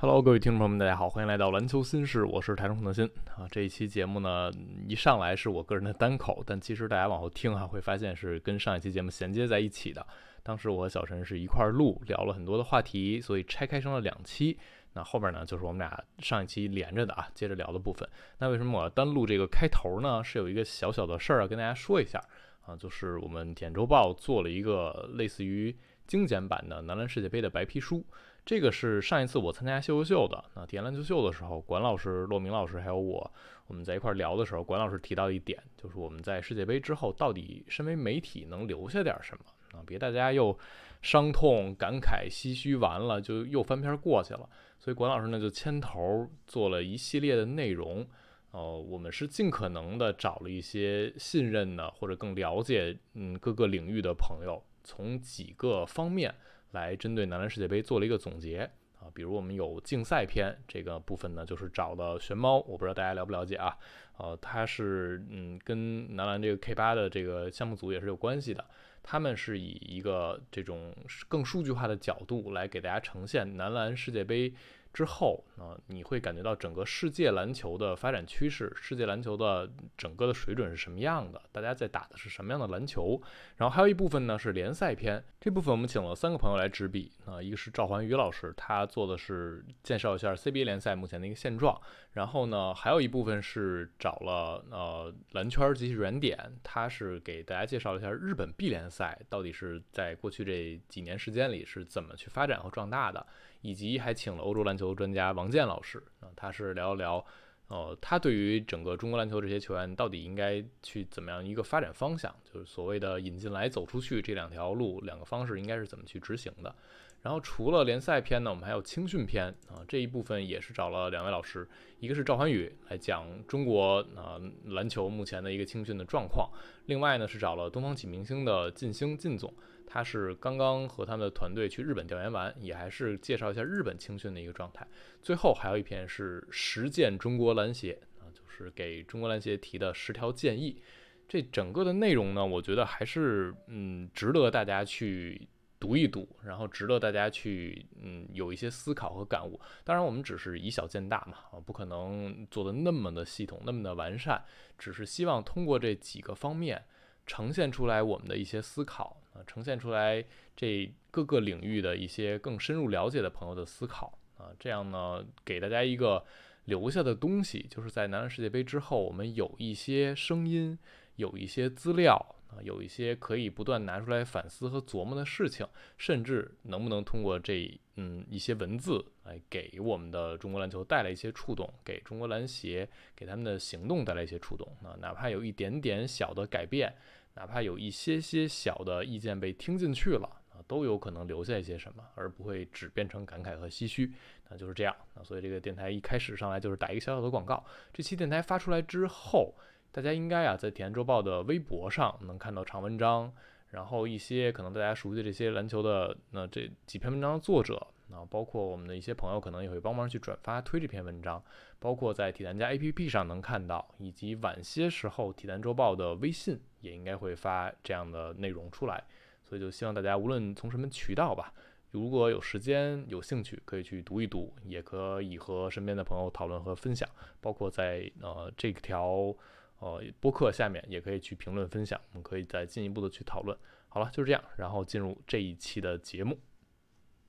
Hello，各位听众朋友们，大家好，欢迎来到篮球新事，我是台中德新啊。这一期节目呢，一上来是我个人的单口，但其实大家往后听啊，会发现是跟上一期节目衔接在一起的。当时我和小陈是一块儿录，聊了很多的话题，所以拆开成了两期。那后边呢，就是我们俩上一期连着的啊，接着聊的部分。那为什么我要单录这个开头呢？是有一个小小的事儿要跟大家说一下啊，就是我们简周报做了一个类似于精简版的男篮世界杯的白皮书。这个是上一次我参加秀秀秀的那体验篮球秀的时候，管老师、骆明老师还有我，我们在一块儿聊的时候，管老师提到一点，就是我们在世界杯之后，到底身为媒体能留下点什么啊？别大家又伤痛、感慨、唏嘘完了，就又翻篇过去了。所以管老师呢就牵头做了一系列的内容。呃，我们是尽可能的找了一些信任的或者更了解嗯各个领域的朋友，从几个方面来针对男篮世界杯做了一个总结啊。比如我们有竞赛篇这个部分呢，就是找的玄猫，我不知道大家了不了解啊。呃，他是嗯跟男篮这个 K 八的这个项目组也是有关系的。他们是以一个这种更数据化的角度来给大家呈现男篮世界杯之后啊、呃你会感觉到整个世界篮球的发展趋势，世界篮球的整个的水准是什么样的，大家在打的是什么样的篮球。然后还有一部分呢是联赛篇，这部分我们请了三个朋友来执笔啊、一个是赵环宇老师，他做的是介绍一下 CBA 联赛目前的一个现状。然后呢，还有一部分是找了呃蓝圈儿及其软点，它是给大家介绍了一下日本 B 联赛到底是在过去这几年时间里是怎么去发展和壮大的，以及还请了欧洲篮球专家王健老师啊、他是聊一聊。呃，他对于整个中国篮球这些球员到底应该去怎么样一个发展方向，就是所谓的引进来走出去这两条路两个方式应该是怎么去执行的。然后除了联赛篇呢，我们还有青训篇啊、这一部分也是找了两位老师，一个是赵环宇来讲中国啊、篮球目前的一个青训的状况，另外呢是找了东方启明星的靳星靳总，他是刚刚和他们的团队去日本调研完，也还是介绍一下日本青训的一个状态。最后还有一篇是实践中国篮协啊，就是给中国篮协提的十条建议。这整个的内容呢，我觉得还是嗯值得大家去读一读，然后值得大家去嗯有一些思考和感悟。当然，我们只是以小见大嘛，啊，不可能做的那么的系统，那么的完善，只是希望通过这几个方面呈现出来我们的一些思考啊、呈现出来这各个领域的一些更深入了解的朋友的思考啊，这样呢，给大家一个留下的东西，就是在男篮世界杯之后，我们有一些声音，有一些资料啊，有一些可以不断拿出来反思和琢磨的事情，甚至能不能通过这嗯一些文字来给我们的中国篮球带来一些触动，给中国篮协给他们的行动带来一些触动啊，哪怕有一点点小的改变，哪怕有一些些小的意见被听进去了。啊，都有可能留下一些什么，而不会只变成感慨和唏嘘。那就是这样啊，所以这个电台一开始上来就是打一个小小的广告。这期电台发出来之后，大家应该啊在《体验周报》的微博上能看到长文章，然后一些可能大家熟悉的这些篮球的那这几篇文章的作者，啊，包括我们的一些朋友可能也会帮忙去转发推这篇文章，包括在体坛家 APP 上能看到，以及晚些时候体坛周报的微信也应该会发这样的内容出来。所以就希望大家无论从什么渠道吧，如果有时间、有兴趣，可以去读一读，也可以和身边的朋友讨论和分享，包括在呃这条呃播客下面也可以去评论分享，我们可以再进一步的去讨论。好了，就是这样，然后进入这一期的节目。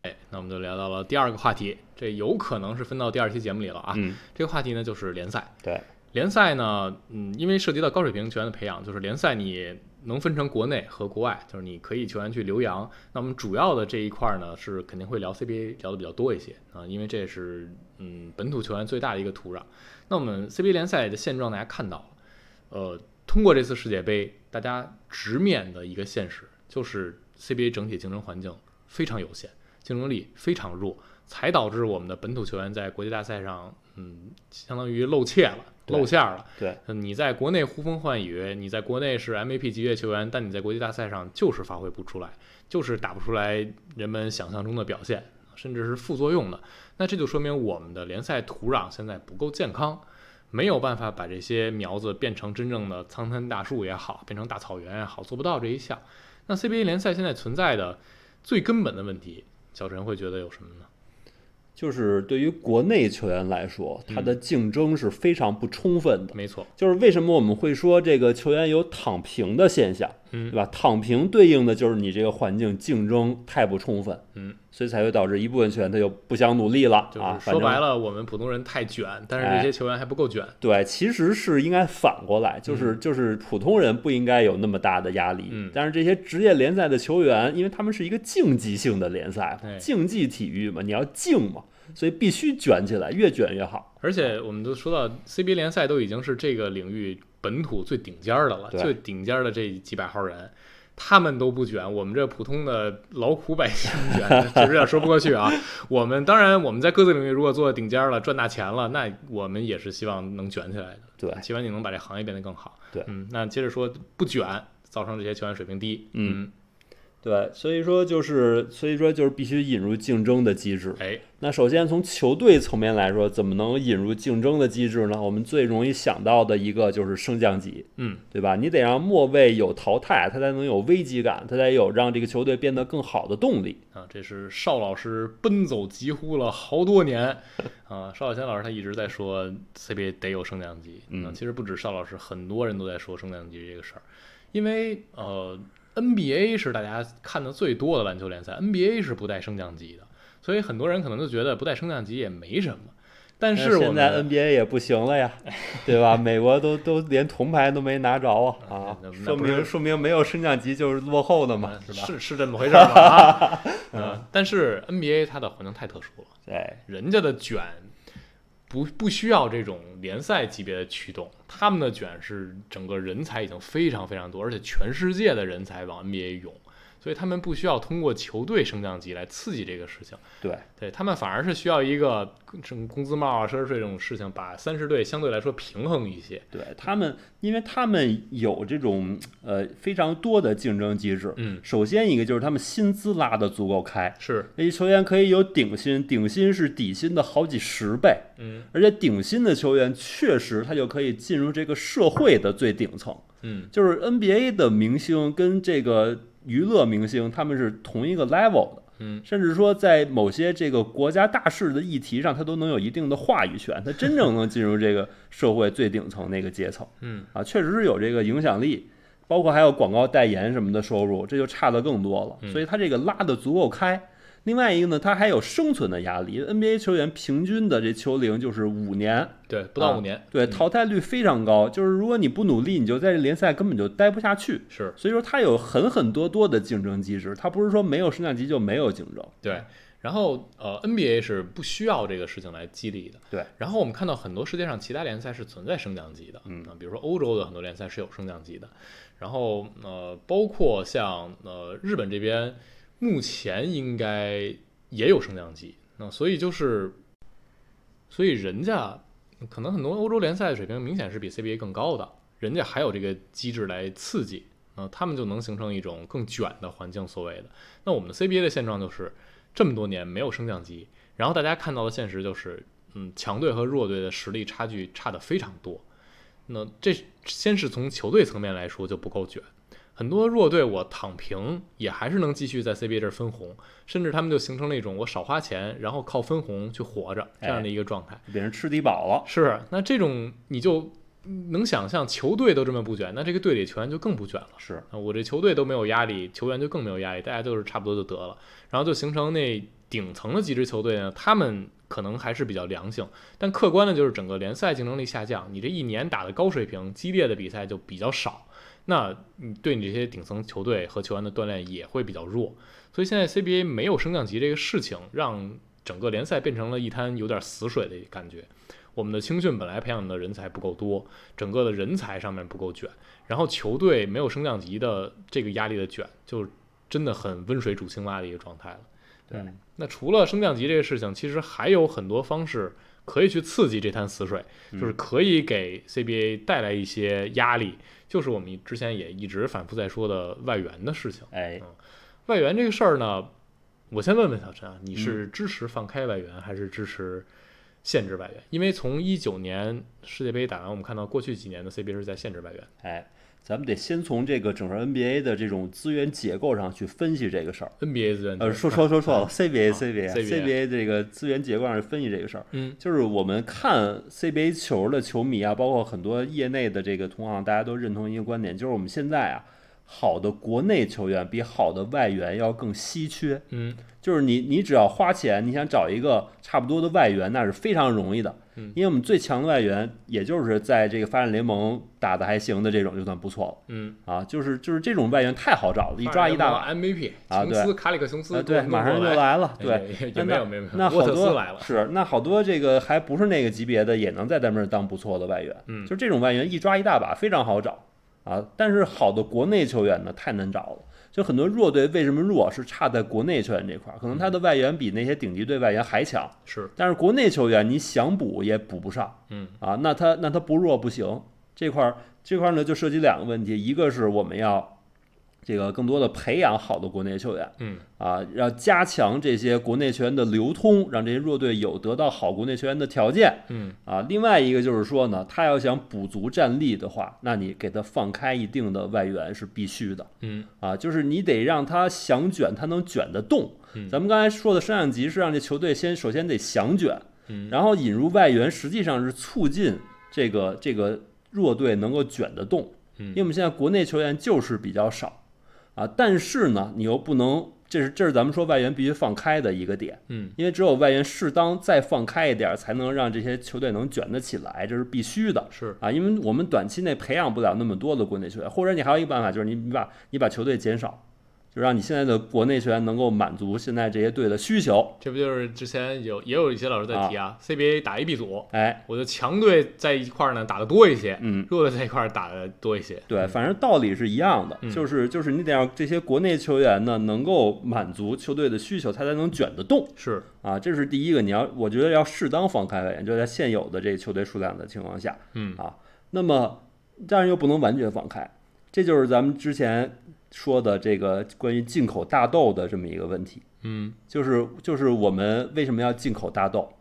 哎，那我们就聊到了第二个话题，这有可能是分到第二期节目里了啊。嗯，这个话题呢就是联赛。对，联赛呢，嗯，因为涉及到高水平球员的培养，就是联赛你能分成国内和国外，就是你可以球员去留洋。那我们主要的这一块儿呢，是肯定会聊 CBA 聊的比较多一些啊，因为这是嗯本土球员最大的一个土壤。那我们 CBA 联赛的现状大家看到了，呃，通过这次世界杯，大家直面的一个现实就是 CBA 整体竞争环境非常有限，竞争力非常弱，才导致我们的本土球员在国际大赛上，嗯，相当于露怯了，对露馅儿了。嗯对，你在国内呼风唤雨，你在国内是 MVP 级别球员，但你在国际大赛上就是发挥不出来，就是打不出来人们想象中的表现，甚至是副作用的。那这就说明我们的联赛土壤现在不够健康，没有办法把这些苗子变成真正的苍山大树也好，变成大草原也好，做不到这一项。那 CBA 联赛现在存在的最根本的问题，小陈会觉得有什么呢？就是对于国内球员来说，他的竞争是非常不充分的。没错，就是为什么我们会说这个球员有躺平的现象，嗯对吧？躺平对应的就是你这个环境竞争太不充分，嗯，所以才会导致一部分球员他就不想努力了就啊。是说反白正哎了，我们普通人太卷，但是这些球员还不够卷。对，其实是应该反过来，就是就是普通人不应该有那么大的压力，嗯但是这些职业联赛的球员，因为他们是一个竞技性的联赛哎，竞技体育嘛，你要竞嘛，所以必须卷起来，越卷越好。而且我们都说到 CBA 联赛都已经是这个领域本土最顶尖儿的了，对最顶尖儿的这几百号人，他们都不卷，我们这普通的劳苦百姓卷， 这有点说不过去啊。我们当然我们在各自领域如果做的顶尖儿了，赚大钱了，那我们也是希望能卷起来的，对，希望你能把这行业变得更好。对嗯，那接着说不卷造成这些球员水平低，嗯，对，所以说就是，所以说就是必须引入竞争的机制。哎，那首先从球队层面来说，怎么能引入竞争的机制呢？我们最容易想到的一个就是升降级，嗯，对吧？你得让末位有淘汰，他才能有危机感，他才有让这个球队变得更好的动力。啊，这是邵老师奔走疾呼了好多 年啊！邵小仙老师他一直在说 CBA 得有升降级，啊嗯其实不止邵老师，很多人都在说升降级这个事儿，因为呃，NBA 是大家看的最多的篮球联赛，NBA 是不带升降级的，所以很多人可能就觉得不带升降级也没什么，但是我现在们 NBA 也不行 了呀，对吧？美国都都连铜牌都没拿 着啊啊哎那那，说不是嗯明说明没有升降级就是落后的嘛，是吧？呃是是这么回事儿吧？啊， 嗯，但是 NBA 它的环境太特殊了。对，人家的卷不不需要这种联赛级别的驱动，他们的卷是整个人才已经非常非常多，而且全世界的人才往 NBA 涌，所以他们不需要通过球队升降级来刺激这个事情，对，对他们反而是需要一个什么工资帽啊、奢侈税这种事情，把三十队相对来说平衡一些。对他们，因为他们有这种呃非常多的竞争机制。嗯，首先一个就是他们薪资拉得足够开，是，那些球员可以有顶薪，顶薪是底薪的好几十倍，嗯而且顶薪的球员确实他就可以进入这个社会的最顶层。嗯，就是 NBA 的明星跟这个娱乐明星他们是同一个 level 的，嗯，甚至说在某些这个国家大事的议题上，他都能有一定的话语权，他真正能进入这个社会最顶层那个阶层， 嗯啊，确实是有这个影响力，包括还有广告代言什么的收入，这就差的更多了，嗯所以他这个拉的足够开。另外一个呢，他还有生存的压力。NBA 球员平均的这球龄就是五年，对，不到啊五年，对，嗯淘汰率非常高，就是如果你不努力，你就在这联赛根本就待不下去。是。所以说，它有很很多多的竞争机制，它不是说没有升降级就没有竞争。对，然后呃，NBA 是不需要这个事情来激励的。对，然后我们看到很多世界上其他联赛是存在升降级的，嗯啊，比如说欧洲的很多联赛是有升降级的，然后呃，包括像呃日本这边目前应该也有升降级，那所以就是，所以人家可能很多欧洲联赛的水平明显是比 CBA 更高的，人家还有这个机制来刺激。啊，他们就能形成一种更卷的环境，所谓的。那我们的 CBA 的现状就是，这么多年没有升降级，然后大家看到的现实就是，嗯，强队和弱队的实力差距差的非常多。那这先是从球队层面来说就不够卷，很多弱队我躺平也还是能继续在 CBA 这儿分红，甚至他们就形成了一种我少花钱，然后靠分红去活着这样的一个状态。别人吃低保了，是，那这种你就能想象，球队都这么不卷，那这个队里球员就更不卷了。是啊，我这球队都没有压力，球员就更没有压力，大家就是差不多就得了，然后就形成那顶层的几支球队呢，他们可能还是比较良性，但客观的就是整个联赛竞争力下降，你这一年打的高水平、激烈的比赛就比较少，那你对你这些顶层球队和球员的锻炼也会比较弱，所以现在 CBA 没有升降级这个事情，让整个联赛变成了一滩有点死水的感觉。我们的青训本来培养的人才不够多，整个的人才上面不够卷。然后球队没有升降级的这个压力的卷，就真的很温水煮青蛙的一个状态了。对嗯，那除了升降级这个事情，其实还有很多方式可以去刺激这滩死水，就是可以给 CBA 带来一些压力，就是我们之前也一直反复在说的外援的事情。哎，外援这个事儿呢，我先问问小陈啊，你是支持放开外援还是支持限制外援？因为从一九年世界杯打完，我们看到过去几年的 CBA 是在限制外援。哎，咱们得先从这个整个 NBA 的这种资源结构上去分析这个事儿。 NBA 资源呃，说说说错了啊，CBA CBA CBA CBA 这个资源结构上去分析这个事儿，嗯，就是我们看 CBA 球的球迷啊，包括很多业内的这个同行，大家都认同一个观点，就是我们现在啊，好的国内球员比好的外援要更稀缺，嗯，就是你你只要花钱，你想找一个差不多的外援，那是非常容易的，嗯，因为我们最强的外援，也就是在这个发展联盟打的还行的这种，就算不错了。嗯，啊，就是就是这种外援太好找了，一抓一大把， MVP，啊琼对斯卡里克琼斯啊，给我对，弄马上就过来，来了，对，哎，也也那没有没有没有，那沃好特斯多来了，是，那好多这个还不是那个级别的，也能在咱们这儿当不错的外援。嗯就这种外援一抓一大把，非常好找啊。但是好的国内球员呢，太难找了。就很多弱队为什么弱，是差在国内球员这块儿，可能嗯他的外援比那些顶级队外援还强，是，但是国内球员你想补也补不上嗯，啊。那他那他不弱不行，这块儿这块儿呢就涉及两个问题，一个是我们要这个更多的培养好的国内球员。嗯啊，要加强这些国内球员的流通，让这些弱队有得到好国内球员的条件嗯啊。另外一个就是说呢，他要想补足战力的话，那你给他放开一定的外援是必须的嗯啊，就是你得让他想卷，他能卷得动。嗯咱们刚才说的升降级是让这球队先首先得想卷，嗯然后引入外援，实际上是促进这个这个弱队能够卷得动。因嗯，为我们现在国内球员就是比较少啊，但是呢，你又不能，这是这是咱们说外援必须放开的一个点，嗯因为只有外援适当再放开一点儿，才能让这些球队能卷得起来，这是必须的是，啊。因为我们短期内培养不了那么多的国内球员，或者你还有一个办法，就是你你把你把球队减少，就让你现在的国内球员能够满足现在这些队的需求。这不就是之前有也有一些老师在提啊，CBA 打 AB 组，哎，我的强队在一块儿呢打的多一些，嗯，弱队在一块儿打的多一些，对，反正道理是一样的，嗯就是就是你得让这些国内球员呢能够满足球队的需求，他才能卷得动是，啊。这是第一个，你要我觉得要适当放开外援，就在现有的这球队数量的情况下，嗯啊，那么但是又不能完全放开，这就是咱们之前说的这个关于进口大豆的这么一个问题，嗯就是就是我们为什么要进口大豆？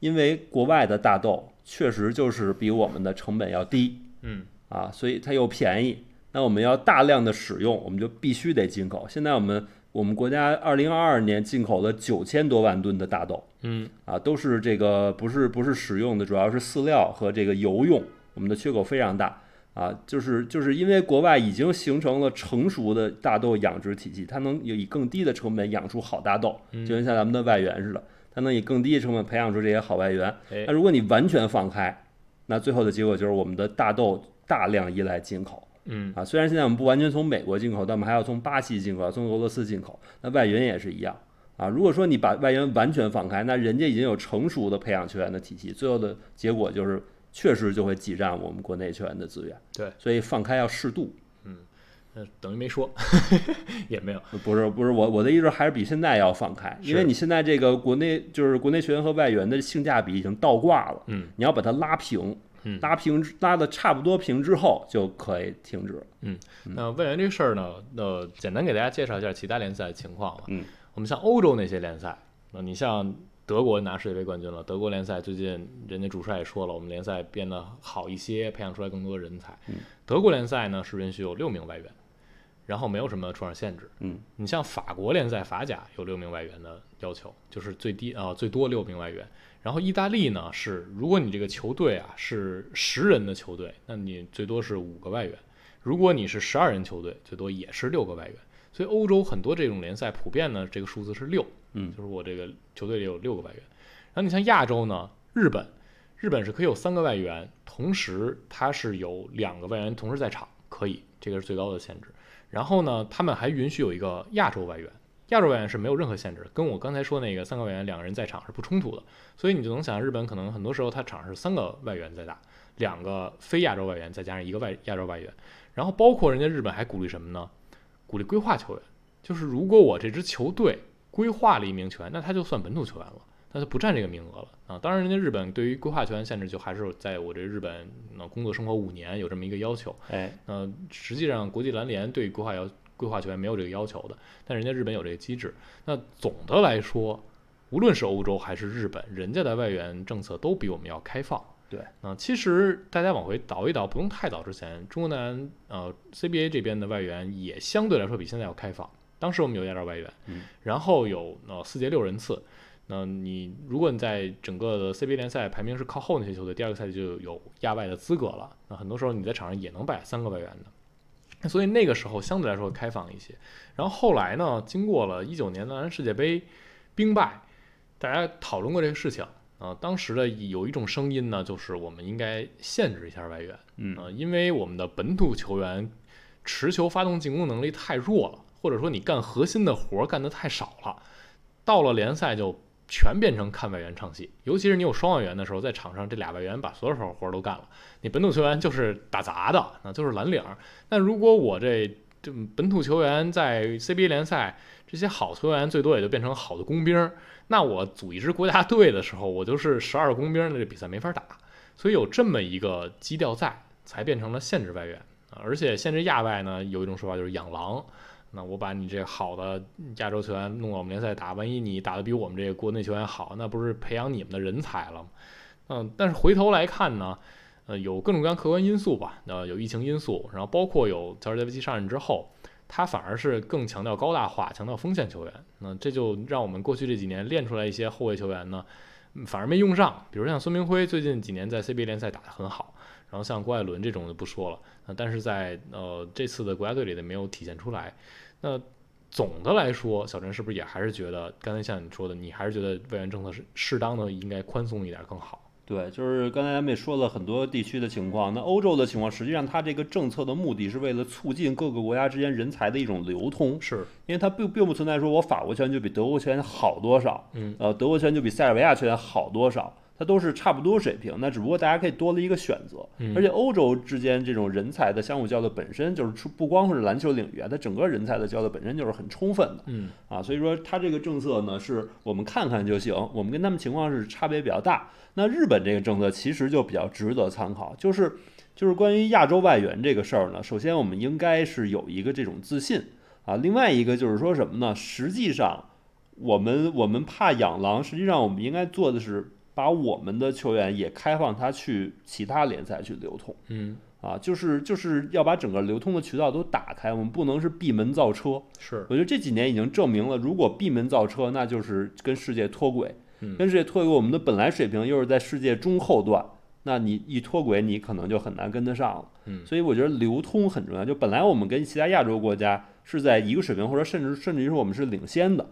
因为国外的大豆确实就是比我们的成本要低，嗯啊，所以它又便宜。那我们要大量的使用，我们就必须得进口。现在我们我们国家二零二二年进口了九千多万吨的大豆嗯啊，都是这个不是不是食用的，主要是饲料和这个油用。我们的缺口非常大啊，就是就是因为国外已经形成了成熟的大豆养殖体系，它能以更低的成本养出好大豆，就嗯，跟像咱们的外援似的，它能以更低的成本培养出这些好外援。哎那，如果你完全放开，那最后的结果就是我们的大豆大量依赖进口嗯啊。虽然现在我们不完全从美国进口，但我们还要从巴西进口，从俄罗斯进口。那外援也是一样啊。如果说你把外援完全放开，那人家已经有成熟的培养球员的体系，最后的结果就是确实就会挤占我们国内球员的资源。对，所以放开要适度。那呃等于没说， 也没有，不是不是我我的意思还是比现在要放开，因为是你现在这个国内就是国内球员和外援的性价比已经倒挂了，嗯，你要把它拉平，嗯拉平拉的差不多平之后就可以停止了，嗯那外援这个事儿呢，那简单给大家介绍一下其他联赛的情况吧。嗯，我们像欧洲那些联赛，那你像德国拿世界杯冠军了，德国联赛最近人家主帅也说了，我们联赛变得好一些，培养出来更多的人才。嗯德国联赛呢是允许有六名外援，然后没有什么出场限制。嗯，你像法国联赛法甲有六名外援的要求，就是最低啊、最多六名外援。然后意大利呢是，如果你这个球队啊是十人的球队，那你最多是五个外援。如果你是十二人球队，最多也是六个外援。所以欧洲很多这种联赛普遍呢，这个数字是六，嗯就是我这个球队里有六个外援。然后你像亚洲呢，日本，日本是可以有三个外援，同时它是有两个外援同时在场，可以，这个是最高的限制。然后呢，他们还允许有一个亚洲外援，亚洲外援是没有任何限制，跟我刚才说那个三个外援两个人在场是不冲突的。所以你就能想，日本可能很多时候它场上是三个外援在打，两个非亚洲外援再加上一个外亚洲外援，然后包括人家日本还鼓励什么呢？鼓励规划球员，就是如果我这支球队规划了一名球员，那他就算本土球员了，那就不占这个名额了啊。当然，人家日本对于规划球员限制就还是在我这日本那工作生活五年有这么一个要求。哎，呃，实际上国际篮联对规划要规划球员没有这个要求的，但人家日本有这个机制。那总的来说，无论是欧洲还是日本，人家的外援政策都比我们要开放。对，啊、其实大家往回倒一倒，不用太早之前，中国男呃 CBA 这边的外援也相对来说比现在要开放。当时我们有亚洲外援，嗯然后有呃四节六人次。那你如果你在整个的 CBA 联赛排名是靠后那些球队，第二个赛季就有亚外的资格了。那很多时候你在场上也能摆三个外援的，所以那个时候相对来说开放一些。然后后来呢，经过了一九年男篮世界杯兵败，大家讨论过这个事情啊。当时的有一种声音呢，就是我们应该限制一下外援嗯啊，因为我们的本土球员持球发动进攻能力太弱了，或者说你干核心的活儿干得太少了，到了联赛就全变成看外援唱戏。尤其是你有双外援的时候，在场上这俩外援把所有活儿都干了，你本土球员就是打杂的，那就是蓝领儿。那如果我这这本土球员在 CBA 联赛，这些好球员最多也就变成好的工兵儿。那我组一支国家队的时候，我就是十二工兵儿，那这比赛没法打。所以有这么一个基调在，才变成了限制外援。啊而且限制亚外呢，有一种说法就是养狼。那我把你这好的亚洲球员弄到我们联赛打，万一你打得比我们这个国内球员好，那不是培养你们的人才了吗？嗯，但是回头来看呢，呃，有各种各样客观因素吧，呃，有疫情因素，然后包括有乔治·戴维奇上任之后，他反而是更强调高大化，强调锋线球员。那这就让我们过去这几年练出来一些后卫球员呢，嗯反而没用上。比如像孙明辉最近几年在 CBA 联赛打得很好，然后像郭艾伦这种就不说了，呃、但是在呃这次的国家队里的没有体现出来。那总的来说，小陈是不是也还是觉得刚才像你说的，你还是觉得外援政策是适当的应该宽松一点更好？对，就是刚才咱们也说了很多地区的情况。那欧洲的情况，实际上它这个政策的目的是为了促进各个国家之间人才的一种流通，是，因为它并并不存在说我法国球员就比德国球员好多少，嗯，呃，德国球员就比塞尔维亚球员好多少，它都是差不多水平。那只不过大家可以多了一个选择，嗯而且欧洲之间这种人才的相互交流本身就是出不光是篮球领域啊，它整个人才的交流本身就是很充分的。嗯啊，所以说它这个政策呢，是我们看看就行，我们跟他们情况是差别比较大。那日本这个政策其实就比较值得参考，就是就是关于亚洲外援这个事儿呢，首先我们应该是有一个这种自信啊，另外一个就是说什么呢？实际上我们我们怕养狼，实际上我们应该做的是把我们的球员也开放他去其他联赛去流通。嗯，啊，就是就是要把整个流通的渠道都打开，我们不能是闭门造车。是，我觉得这几年已经证明了，如果闭门造车，那就是跟世界脱轨嗯，跟世界脱轨，我们的本来水平又是在世界中后段，那你一脱轨，你可能就很难跟得上了。嗯所以我觉得流通很重要。就本来我们跟其他亚洲国家是在一个水平，或者甚至甚至于说我们是领先的。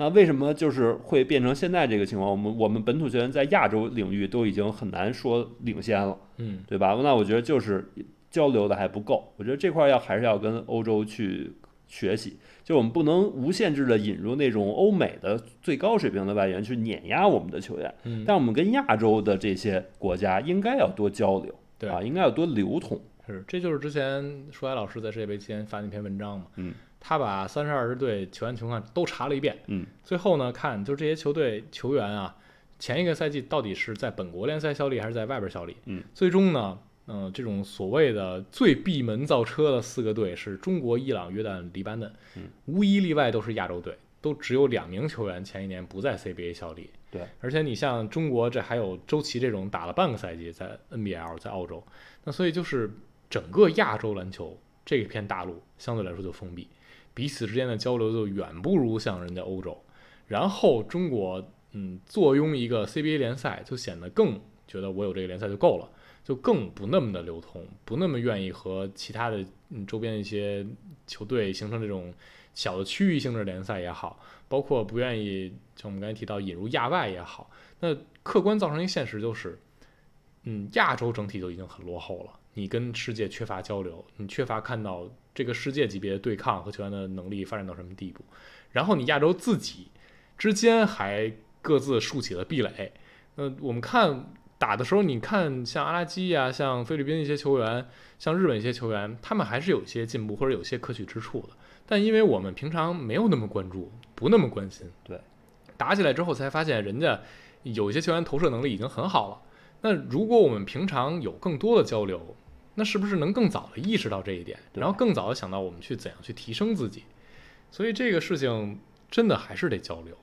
那为什么就是会变成现在这个情况？我们我们本土球员在亚洲领域都已经很难说领先了。嗯对吧？那我觉得就是交流的还不够，我觉得这块儿要还是要跟欧洲去学习，就我们不能无限制的引入那种欧美的最高水平的外援去碾压我们的球员，嗯，但我们跟亚洲的这些国家应该要多交流，对啊，应该要多流通，是，这就是之前舒海老师在世界杯期间发那篇文章嘛，嗯，他把三十二支队球员情况都查了一遍，嗯，最后呢，看就这些球队球员啊，前一个赛季到底是在本国联赛效力还是在外边效力，嗯，最终呢，嗯、这种所谓的最闭门造车的四个队是中国、伊朗、约旦、黎巴嫩，嗯，无一例外都是亚洲队，都只有两名球员前一年不在 CBA 效力，对，而且你像中国这还有周琦这种打了半个赛季在 NBL 在澳洲，那所以就是整个亚洲篮球这片大陆相对来说就封闭，彼此之间的交流就远不如像人家欧洲。然后中国，嗯，坐拥一个 CBA 联赛，就显得更觉得我有这个联赛就够了，就更不那么的流通，不那么愿意和其他的嗯周边一些球队形成这种小的区域性质联赛也好，包括不愿意像我们刚才提到引入亚外也好，那客观造成一个现实就是，嗯，亚洲整体就已经很落后了，你跟世界缺乏交流，你缺乏看到这个世界级别的对抗和球员的能力发展到什么地步，然后你亚洲自己之间还各自竖起了壁垒。那我们看打的时候，你看像阿拉基呀、像菲律宾一些球员，像日本一些球员，他们还是有一些进步或者有一些可取之处的，但因为我们平常没有那么关注，不那么关心，对，打起来之后才发现人家有一些球员投射能力已经很好了。那如果我们平常有更多的交流，那是不是能更早的意识到这一点，对然后更早的想到我们去怎样去提升自己？所以这个事情真的还是得交流。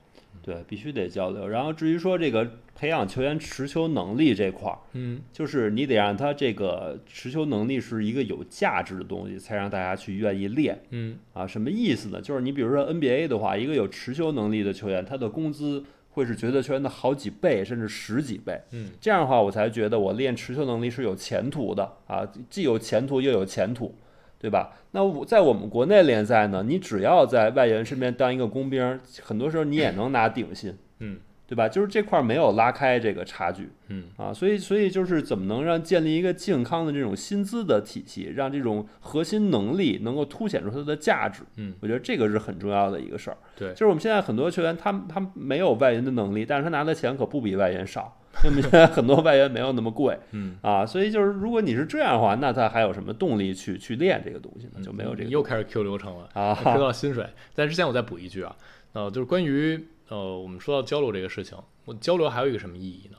对，必须得交流。然后至于说这个培养球员持球能力这块儿，嗯，就是你得让他这个持球能力是一个有价值的东西，才让大家去愿意练嗯啊。什么意思呢？就是你比如说 NBA 的话，一个有持球能力的球员，他的工资会是绝对球员的好几倍，甚至十几倍。嗯，这样的话，我才觉得我练持球能力是有前途的啊，既有前途又有前途。对吧？那我在我们国内联赛呢，你只要在外援身边当一个工兵，很多时候你也能拿顶薪，嗯，对吧？就是这块儿没有拉开这个差距，嗯啊，所以所以就是怎么能让建立一个健康的这种薪资的体系，让这种核心能力能够凸显出它的价值，嗯，我觉得这个是很重要的一个事儿。对就是我们现在很多球员，他们他们没有外援的能力，但是他拿的钱可不比外 援少。因为我们现在很多外援没有那么贵嗯，啊，所以就是如果你是这样的话，那他还有什么动力去去练这个东西呢？就没有这你个嗯又开始 Q 流程了。啊，说到薪水，在之前我再补一句啊，呃，就是关于呃，我们说到交流这个事情，我交流还有一个什么意义呢？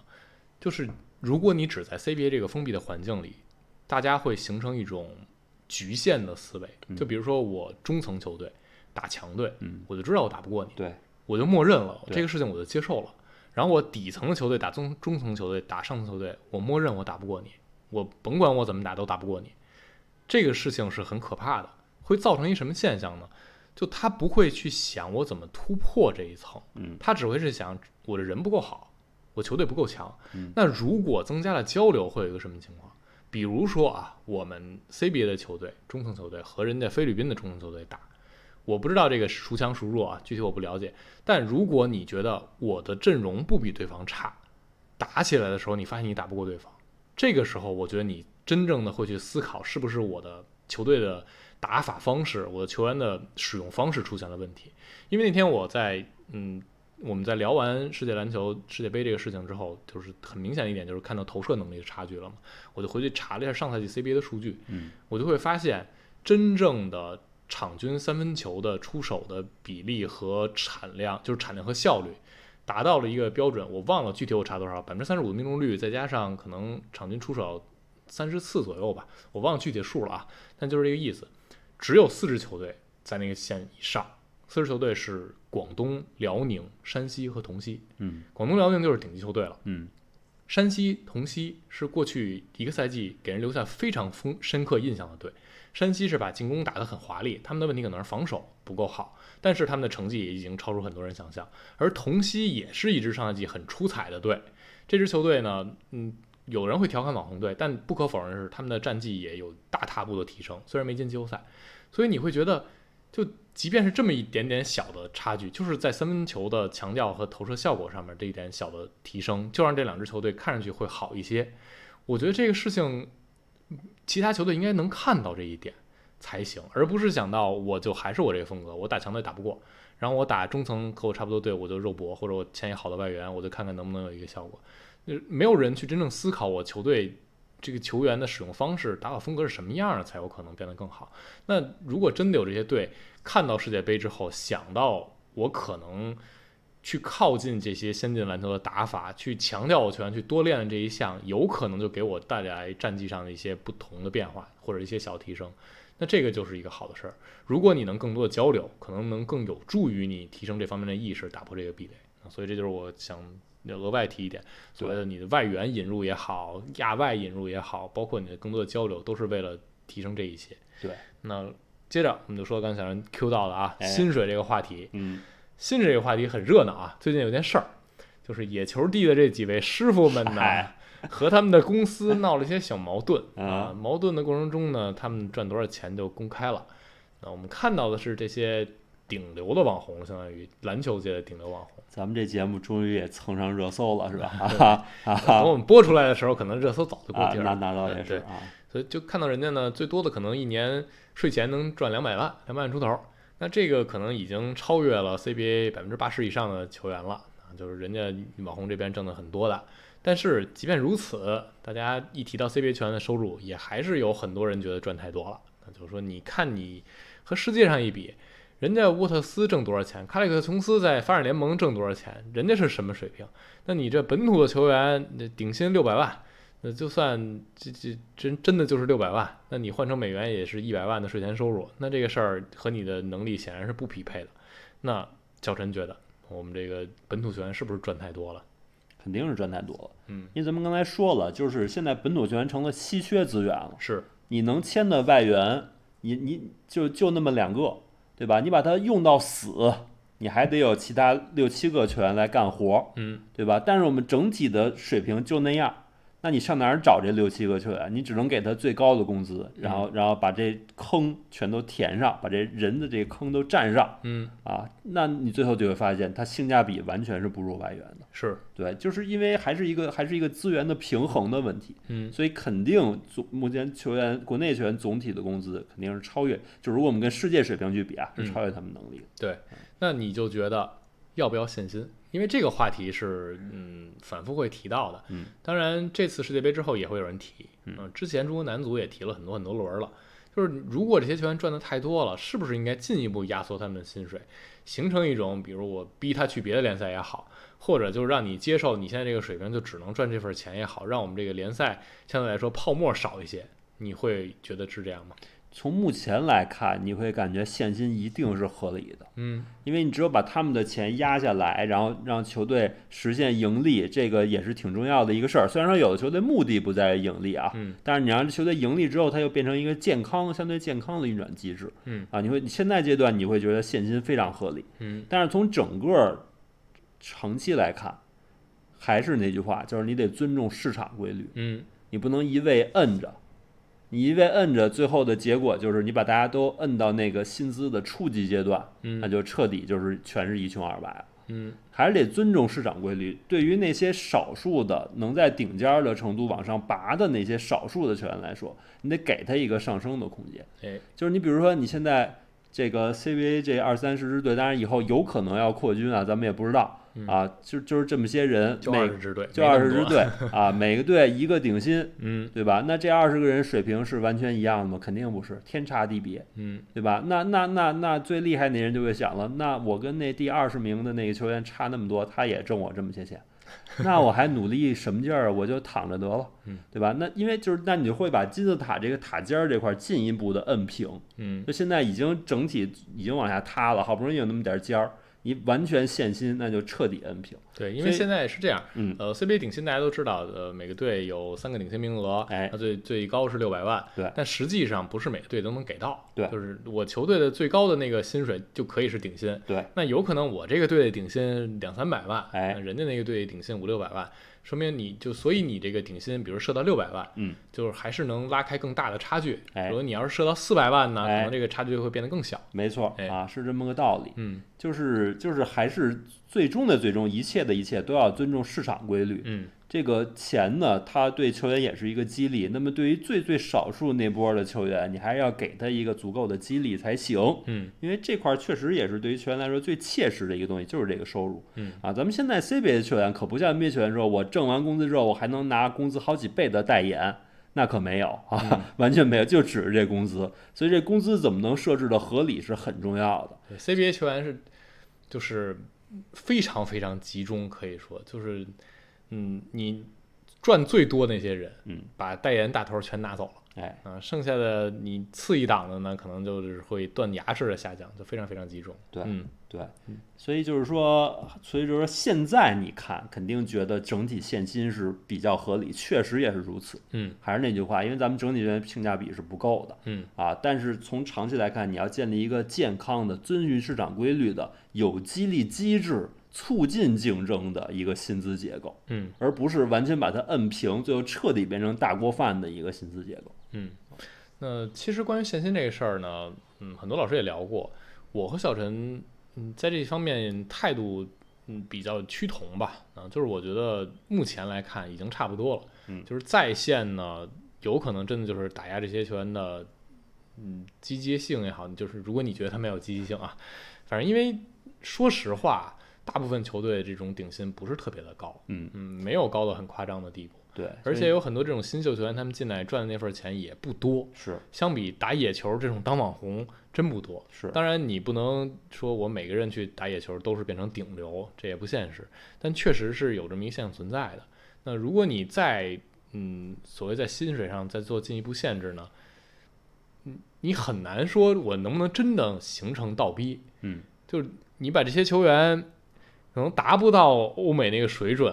就是如果你只在 CBA 这个封闭的环境里，大家会形成一种局限的思维。就比如说我中层球队打强队，嗯我就知道我打不过你，对，我就默认了对这个事情，我就接受了。然后我底层的球队打中中层球队打上层球队，我默认我打不过你，我甭管我怎么打都打不过你。这个事情是很可怕的，会造成一什么现象呢？就他不会去想我怎么突破这一层，嗯，他只会是想我的人不够好，我球队不够强。嗯那如果增加了交流，会有一个什么情况？比如说啊，我们 CBA 的球队中层球队和人家菲律宾的中层球队打，我不知道这个孰强孰弱啊，具体我不了解。但如果你觉得我的阵容不比对方差，打起来的时候你发现你打不过对方，这个时候我觉得你真正的会去思考是不是我的球队的打法方式，我的球员的使用方式出现了问题。因为那天我在嗯，我们在聊完世界篮球世界杯这个事情之后，就是很明显的一点就是看到投射能力的差距了嘛，我就回去查了一下上赛季 CBA 的数据，嗯，我就会发现真正的场均三分球的出手的比例和产量，就是产量和效率。达到了一个标准，我忘了具体我查多少，百分之三十五的命中率，再加上可能场均出手三十次左右吧，我忘了具体数了啊，但就是这个意思。只有四支球队在那个线以上，四支球队是广东、辽宁、山西和同西。嗯广东、辽宁就是顶级球队了，嗯山西、同西是过去一个赛季给人留下非常丰深刻印象的队。山西是把进攻打得很华丽，他们的问题可能是防守不够好，但是他们的成绩也已经超出很多人想象。而同西也是一支上赛季很出彩的队，这支球队呢，嗯，有人会调侃网红队，但不可否认是他们的战绩也有大踏步的提升，虽然没进季后赛，所以你会觉得，就即便是这么一点点小的差距，就是在三分球的强调和投射效果上面这一点小的提升，就让这两支球队看上去会好一些。我觉得这个事情，其他球队应该能看到这一点才行，而不是想到我就还是我这个风格，我打强队打不过，然后我打中层和我差不多队我就肉搏，或者我签一好的外援，我就看看能不能有一个效果。就是没有人去真正思考我球队这个球员的使用方式、打法风格是什么样的，才有可能变得更好。那如果真的有这些队看到世界杯之后，想到我可能去靠近这些先进篮球的打法，去强调我球员去多练这一项，有可能就给我带来战绩上的一些不同的变化或者一些小提升。那这个就是一个好的事儿。如果你能更多的交流，可能能更有助于你提升这方面的意识，打破这个壁垒。啊所以这就是我想额外提一点，所谓的你的外援引入也好，亚外引入也好，包括你的更多的交流，都是为了提升这一些。对，那接着我们就说刚才小人 Q 到的啊，哎薪水这个话题，嗯薪水这个话题很热闹啊。最近有件事儿，就是野球地的这几位师傅们呢嗨，和他们的公司闹了一些小矛盾啊啊。矛盾的过程中呢，他们赚多少钱就公开了。那我们看到的是这些顶流的网红，相当于篮球界的顶流网红。咱们这节目终于也蹭上热搜了，是吧？啊等我们播出来的时候，可能热搜早就过啊，地儿那了。那倒也是对啊，所以就看到人家呢，最多的可能一年税前能赚两百万，两百万出头。那这个可能已经超越了 CBA 百分之八十以上的球员了啊，就是人家网红这边挣的很多的。但是即便如此，大家一提到 CBA 球员的收入，也还是有很多人觉得赚太多了。那就是说，你看你和世界上一比，人家沃特斯挣多少钱，卡里克琼斯在发展联盟挣多少钱，人家是什么水平？那你这本土的球员，那顶薪六百万，那就算这这真真的就是六百万，那你换成美元也是一百万的税前收入，那这个事儿和你的能力显然是不匹配的。那小陈觉得，我们这个本土球员是不是赚太多了？肯定是赚太多了。嗯，因为咱们刚才说了，就是现在本土球员成了稀缺资源了。是，你能签的外援，你你就就那么两个，对吧？你把它用到死，你还得有其他六七个球员来干活，嗯，对吧？但是我们整体的水平就那样，那你上哪儿找这六七个球员？你只能给他最高的工资，嗯然后然后把这坑全都填上，把这人的这个坑都占上嗯，啊，那你最后就会发现，它性价比完全是不如外援的。是，对，就是因为还是一个还是一个资源的平衡的问题，嗯，所以肯定总目前球员国内球员总体的工资肯定是超越，就如果我们跟世界水平去比啊，是嗯超越他们能力的。对。那你就觉得要不要限薪？因为这个话题是嗯反复会提到的。嗯，当然这次世界杯之后也会有人提。嗯呃之前中国男足也提了很多很多轮儿了。就是如果这些球员赚的太多了，是不是应该进一步压缩他们的薪水，形成一种比如我逼他去别的联赛也好，或者就是让你接受你现在这个水平就只能赚这份钱也好，让我们这个联赛相对来说泡沫少一些，你会觉得是这样吗？从目前来看，你会感觉限薪一定是合理的，嗯因为你只有把他们的钱压下来，然后让球队实现盈利，这个也是挺重要的一个事儿。虽然说有的球队目的不在于盈利啊，嗯但是你让球队盈利之后，它又变成一个健康、相对健康的运转机制。嗯啊，你会你现在阶段你会觉得现金非常合理，嗯但是从整个长期来看，还是那句话，就是你得尊重市场规律，嗯你不能一味摁着，你一味摁着，最后的结果就是你把大家都摁到那个薪资的初级阶段，那嗯就彻底就是全是一穷二白了。嗯还是得尊重市场规律。对于那些少数的能在顶尖儿的程度往上拔的那些少数的球员来说，你得给他一个上升的空间。哎，就是你比如说你现在这个 CBA 这二三十支队，当然以后有可能要扩军啊，咱们也不知道嗯啊。就就是这么些人，就二每十支队，就没那二么十支多，队 啊，每个队一个顶薪，嗯对吧？那这二十个人水平是完全一样的吗？肯定不是，天差地别。嗯对吧？那那那那最厉害那人就会想了，那我跟那第二十名的那个球员差那么多，他也挣我这么些钱，那我还努力什么劲儿啊？我就躺着得了嗯，对吧？那因为就是那你就会把金字塔这个塔尖儿这块儿进一步的摁平，嗯就现在已经整体已经往下塌了，好不容易有那么点儿尖儿，你完全限薪，那就彻底摁平。对，因所为以现在是这样，嗯呃，CBA 顶薪大家都知道，呃，每个队有三个顶薪名额，哎那最最高是六百万，对但实际上不是每个队都能给到，对就是我球队的最高的那个薪水就可以是顶薪，对，那有可能我这个队的顶薪两三百万，哎那人家那个队顶薪五六百万，说明你就所以你这个顶薪，比如设到六百万，嗯，就是还是能拉开更大的差距，哎如果你要是设到四百万呢，哎可能这个差距就会变得更小，没错哎啊，是这么个道理。嗯就是就是还是最终的最终，一切的一切都要尊重市场规律。嗯这个钱呢，它对球员也是一个激励。那么对于最最少数那波的球员，你还是要给他一个足够的激励才行。嗯因为这块儿确实也是对于球员来说最切实的一个东西，就是这个收入。嗯啊，咱们现在 CBA 球员可不像 NBA 球员说，我挣完工资之后，我还能拿工资好几倍的代言，那可没有啊，嗯 完全没有，就只是这工资。所以这工资怎么能设置的合理是很重要的。对，CBA 球员是就是非常非常集中，可以说就是嗯，你赚最多那些人，嗯，把代言大头全拿走了。哎，啊，剩下的你次一档的呢，可能就是会断崖式的下降，就非常非常集中。对嗯对，所以就是说，所以就是说，现在你看，肯定觉得整体现金是比较合理，确实也是如此。嗯还是那句话，因为咱们整体人性价比是不够的嗯啊。但是从长期来看，你要建立一个健康的、遵循市场规律的、有激励机制、促进竞争的一个薪资结构，嗯而不是完全把它摁平，最后彻底变成大锅饭的一个薪资结构。嗯。那其实关于限薪这个事儿呢，嗯，很多老师也聊过，我和小陈，嗯，在这方面态度，嗯，比较趋同吧。啊，就是我觉得目前来看已经差不多了。嗯就是在线呢，有可能真的就是打压这些球员的，嗯，积极性也好，就是如果你觉得他没有积极性啊，反正因为说实话，大部分球队这种顶薪不是特别的高，嗯嗯，没有高到很夸张的地步。对，而所且以有很多这种新秀球员，他们进来赚的那份钱也不多，是相比打野球这种当网红真不多。是当然，你不能说我每个人去打野球都是变成顶流，这也不现实。但确实是有这么一项存在的。那如果你在嗯所谓在薪水上再做进一步限制呢，嗯，你很难说我能不能真的形成倒逼。嗯，就是你把这些球员可能达不到欧美那个水准，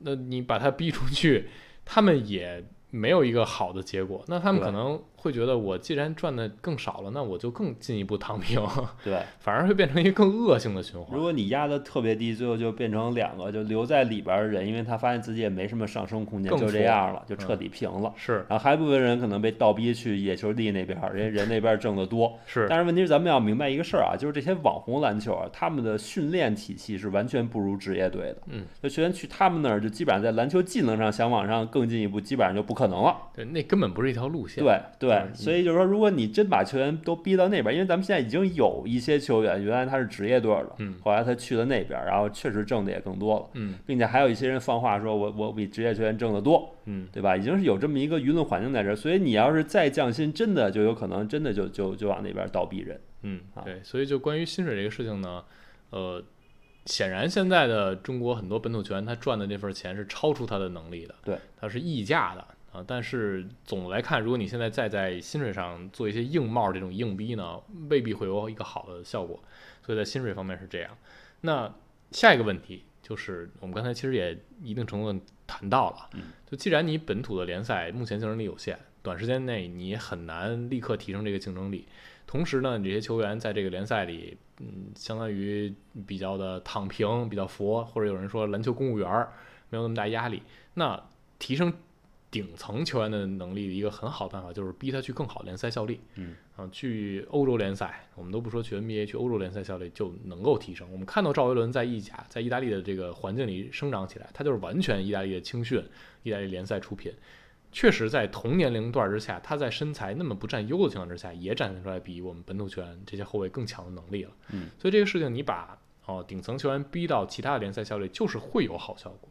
那你把他逼出去，他们也没有一个好的结果。那他们对可能会觉得，我既然赚的更少了，那我就更进一步躺平， 对，反而会变成一个更恶性的循环如。果你压的特别低，最后就变成两个，就留在里边儿的人，因为他发现自己也没什么上升空间，更嗯就这挫样了，就彻底平了。是然后还有一部分人可能被倒逼去野球地那边儿，人家人那边儿挣得多。是，但是问题是，咱们要明白一个事儿啊，就是这些网红篮球啊，他们的训练体系是完全不如职业队的。嗯，那学员去他们那儿，就基本上在篮球技能上想往上更进一步，基本上就不可能了。对，那根本不是一条路线。对对，嗯所以就是说，如果你真把球员都逼到那边儿，因为咱们现在已经有一些球员原来他是职业队儿的，嗯后来他去了那边儿，然后确实挣的也更多了，嗯并且还有一些人放话说我我比职业球员挣得多，嗯，对吧？已经是有这么一个舆论环境在这儿，所以你要是再降薪，真的就有可能真的就就就往那边儿倒逼人。嗯啊，对，所以就关于薪水这个事情呢，呃，显然现在的中国很多本土球员他赚的这份钱是超出他的能力的，对，他是溢价的啊。但是总的来看，如果你现在再在薪水上做一些硬帽这种硬逼呢，未必会有一个好的效果。所以在薪水方面是这样。那下一个问题就是，我们刚才其实也一定程度地谈到了，嗯就既然你本土的联赛目前竞争力有限，短时间内你也很难立刻提升这个竞争力。同时呢，你这些球员在这个联赛里，嗯，相当于比较的躺平，比较佛，或者有人说篮球公务员儿没有那么大压力。那提升顶层球员的能力的一个很好的办法就是逼他去更好的联赛效力。嗯，啊，去欧洲联赛，我们都不说去 NBA，去欧洲联赛效力就能够提升。我们看到赵维伦在意甲，在意大利的这个环境里生长起来，他就是完全意大利的青训，意大利联赛出品。确实，在同年龄段之下，他在身材那么不占优的情况之下，也展现出来比我们本土球员这些后卫更强的能力了。嗯，所以这个事情，你把哦顶层球员逼到其他的联赛效力，就是会有好效果。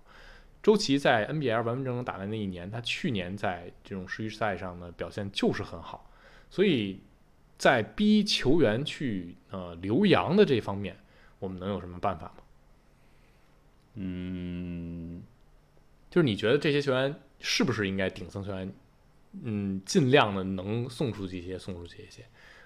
周琦在 NBL 完完整整打完那一年，他去年在这种世预赛上的表现就是很好，所以在逼球员去呃留洋的这方面，我们能有什么办法吗？嗯，就是你觉得这些球员是不是应该顶层球员，嗯，尽量的能送出去一些，送出去一些，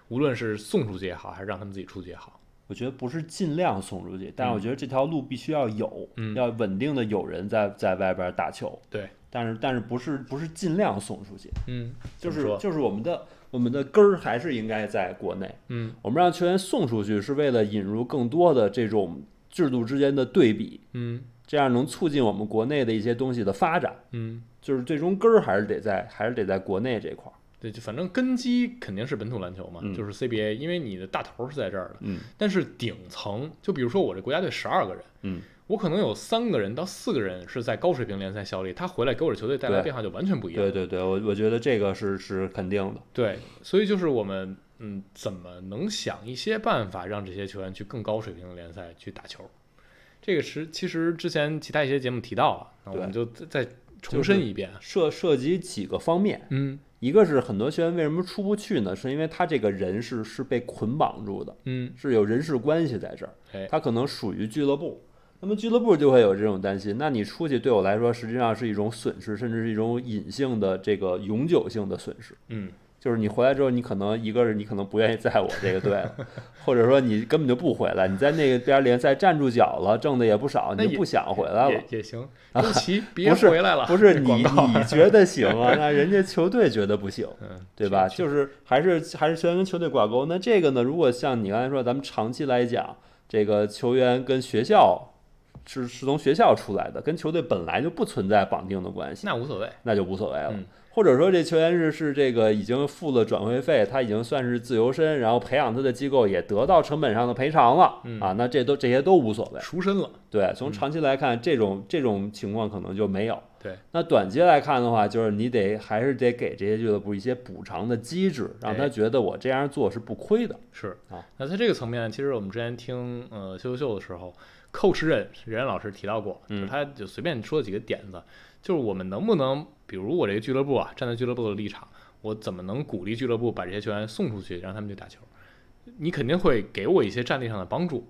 无论是送出去也好，还是让他们自己出去也好，我觉得不是尽量送出去，但是我觉得这条路必须要有，嗯要稳定的有人在在外边打球。对，但是但是不是不是尽量送出去，嗯，就怎么是说就是我们的我们的根儿还是应该在国内。嗯，我们让球员送出去是为了引入更多的这种制度之间的对比，嗯这样能促进我们国内的一些东西的发展。嗯，就是最终根儿还是得在还是得在国内这块儿。对，就反正根基肯定是本土篮球嘛，嗯就是 CBA，因为你的大头是在这儿的，嗯但是顶层，就比如说我这国家队十二个人，嗯，我可能有三个人到四个人是在高水平联赛效力，他回来给我这球队带来对变化就完全不一样。对对对，我我觉得这个是是肯定的。对，所以就是我们嗯，怎么能想一些办法让这些球员去更高水平的联赛去打球？这个是其实之前其他一些节目提到了，那我们就再再重申一遍。涉涉及几个方面，嗯一个是很多球员为什么出不去呢？是因为他这个人是是被捆绑住的，嗯，是有人事关系在这哎儿，他可能属于俱乐部。那么俱乐部就会有这种担心，那你出去对我来说实际上是一种损失，甚至是一种隐性的这个永久性的损失。嗯，就是你回来之后，你可能一个是你可能不愿意在我这个队了，或者说你根本就不回来，你在那边联赛站住脚了，挣的也不少，那你也就不想回来了啊也。也行。周琦别 不是回来了，不是这你广告你觉得行啊，那人家球队觉得不行，嗯，对吧？确就是还是还是球员跟球队挂钩。那这个呢，如果像你刚才说，咱们长期来讲，这个球员跟学校是是从学校出来的，跟球队本来就不存在绑定的关系，那无所谓。那就无所谓了。嗯或者说这球员是是这个已经付了转会费，他已经算是自由身，然后培养他的机构也得到成本上的赔偿了、嗯啊，那这都这些都无所谓。赎身了，对，从长期来看，这种这种情况可能就没有。对，那短期来看的话，就是你得还是得给这些俱乐部一些补偿的机制，让哎他觉得我这样做是不亏的。是啊。那在这个层面，其实我们之前听呃秀秀秀的时候，Coach 任任老师提到过，就是嗯他就随便说几个点子，就是我们能不能，比如我这个俱乐部啊，站在俱乐部的立场，我怎么能鼓励俱乐部把这些球员送出去，让他们去打球？你肯定会给我一些战力上的帮助。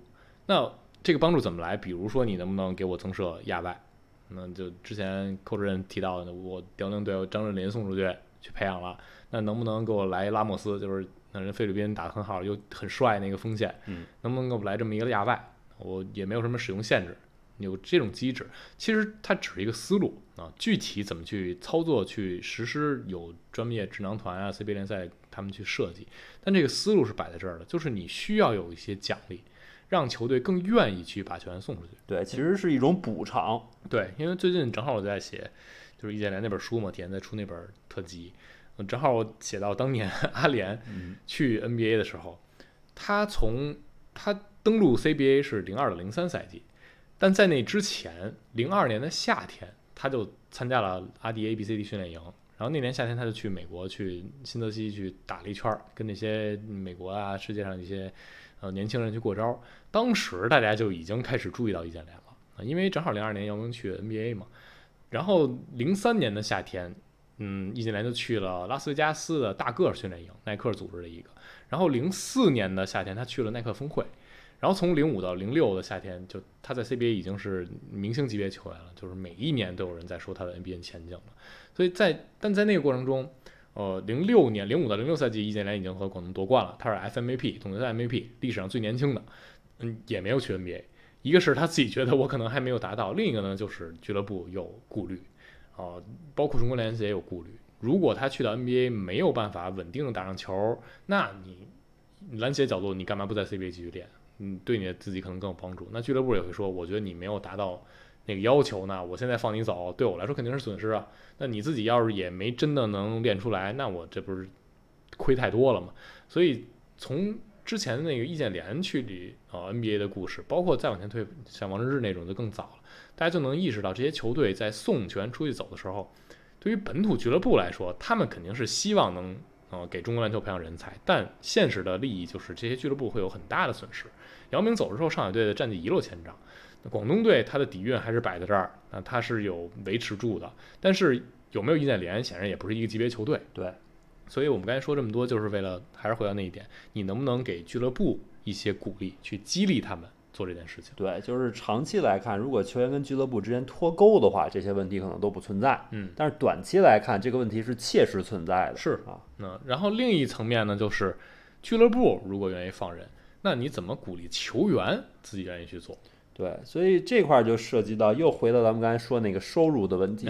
那这个帮助怎么来？比如说，你能不能给我增设亚外？那就之前寇主任提到的，我辽宁队有张镇麟送出去去培养了，那能不能给我来拉莫斯？就是那人菲律宾打得很好，又很帅那个锋线，嗯，能不能给我们来这么一个亚外？我也没有什么使用限制，有这种机制，其实它只是一个思路啊，具体怎么去操作、去实施，有专业智囊团啊、CBA 联赛他们去设计，但这个思路是摆在这儿的，就是你需要有一些奖励，让球队更愿意去把球员送出去。对，其实是一种补偿。对，因为最近正好我在写，就是易建联那本书嘛，体验在出那本特辑，嗯正好我写到当年 阿联嗯去 NBA 的时候，他从他登陆 CBA 是零二到零三赛季，但在那之前，零二年的夏天他就参加了阿迪 ABCD 训练营，然后那年夏天他就去美国去新泽西去打了一圈儿，跟那些美国啊世界上一些呃年轻人去过招。当时大家就已经开始注意到易建联了，啊因为正好零二年姚明去 NBA 嘛，然后零三年的夏天。嗯，易建联就去了拉斯维加斯的大个儿训练营，耐克组织的一个。然后零四年的夏天，他去了耐克峰会。然后从零五到零六的夏天，就他在 CBA 已经是明星级别球员了，就是每一年都有人在说他的 NBA 前景了。所以在但在那个过程中，呃，零六年零五到零六赛季，易建联已经和广东夺冠了，他是 FMVP 总决赛 MVP，历史上最年轻的，嗯，也没有去 NBA。一个是他自己觉得我可能还没有达到，另一个呢就是俱乐部有顾虑，啊、包括中国篮协也有顾虑。如果他去到 NBA 没有办法稳定的打上球，那你篮协角度，你干嘛不在 CBA 继续练？嗯，对你自己可能更有帮助。那俱乐部也会说，我觉得你没有达到那个要求呢，我现在放你走，对我来说肯定是损失啊。那你自己要是也没真的能练出来，那我这不是亏太多了吗？所以从之前那个易建联去理啊、呃 NBA 的故事，包括再往前推，像王治郅那种就更早了，大家就能意识到这些球队在送球员出去走的时候，对于本土俱乐部来说，他们肯定是希望能。呃，给中国篮球培养人才，但现实的利益就是这些俱乐部会有很大的损失。姚明走了之后，上海队的战绩一落千丈。那广东队他的底蕴还是摆在这儿，那他是有维持住的。但是有没有易建联，显然也不是一个级别球队。对，所以我们刚才说这么多，就是为了还是回到那一点，你能不能给俱乐部一些鼓励，去激励他们做这件事情？对，就是长期来看，如果球员跟俱乐部之间脱钩的话，这些问题可能都不存在。嗯，但是短期来看，这个问题是切实存在的。是啊，那然后另一层面呢，就是俱乐部如果愿意放人，那你怎么鼓励球员自己愿意去做？对，所以这块儿就涉及到又回到咱们刚才说那个收入 的问题，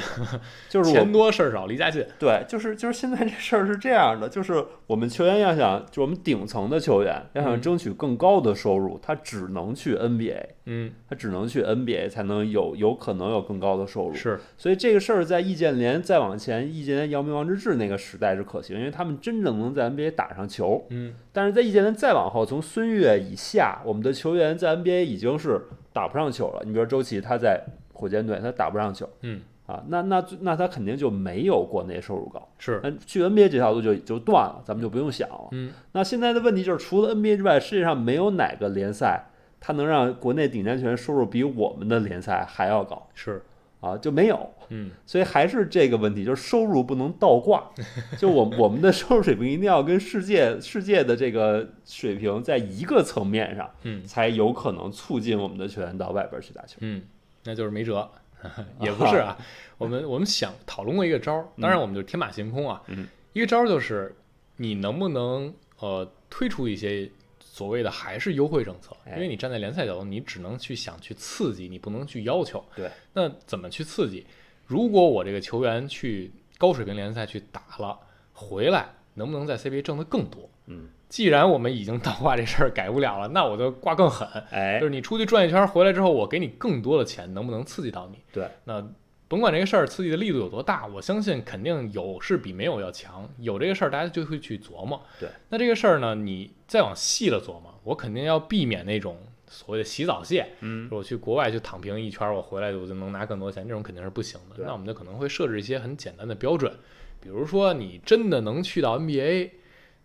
就是我钱多事儿少，离家近。对，就是就是现在这事儿是这样的，就是我们球员要想，就我们顶层的球员要想嗯争取更高的收入，他只能去 NBA，嗯，他只能去 NBA 才能有有可能有更高的收入。是，所以这个事儿在易建联再往前，易建联、姚明、王治郅那个时代是可行，因为他们真正能在 NBA 打上球。嗯，但是在易建联再往后，从孙悦以下，我们的球员在 NBA 已经是打不上球了。你比如周琦，他在火箭队他打不上球，嗯，啊，那那那他肯定就没有国内收入高。是，那去 NBA 这条路就就断了，咱们就不用想了。嗯，那现在的问题就是，除了 NBA 之外，世界上没有哪个联赛它能让国内顶尖球员收入比我们的联赛还要高是，啊，就没有。嗯，所以还是这个问题，就是收入不能 倒挂，就我我们的收入水平一定要跟世界世界的这个水平在一个层面上，嗯才有可能促进我们的球员到外边去打球。嗯，那就是没辙， 也不是啊。我们我们想讨论过一个招儿，当然我们就是天马行空啊。嗯一个招儿就是你能不能呃推出一些所谓的还是优惠政策，哎因为你站在联赛角度，你只能去想去刺激，你不能去要求。对，那怎么去刺激？如果我这个球员去高水平联赛去打了，回来能不能在 CBA 挣得更多？嗯，既然我们已经倒 挂这事儿改不了了，那我就挂更狠。哎就，是你出去转一圈儿回来之后，我给你更多的钱，能不能刺激到你？对，那甭管这个事儿刺激的力度有多大，我相信肯定有是比没有要强。有这个事儿，大家就会去琢磨。对，那这个事儿呢，你再往细了琢磨，我肯定要避免那种所谓的洗澡蟹。嗯，我去国外去躺平一圈儿，我回来我就能拿更多钱，这种肯定是不行的。对那我们就可能会设置一些很简单的标准，比如说你真的能去到 NBA，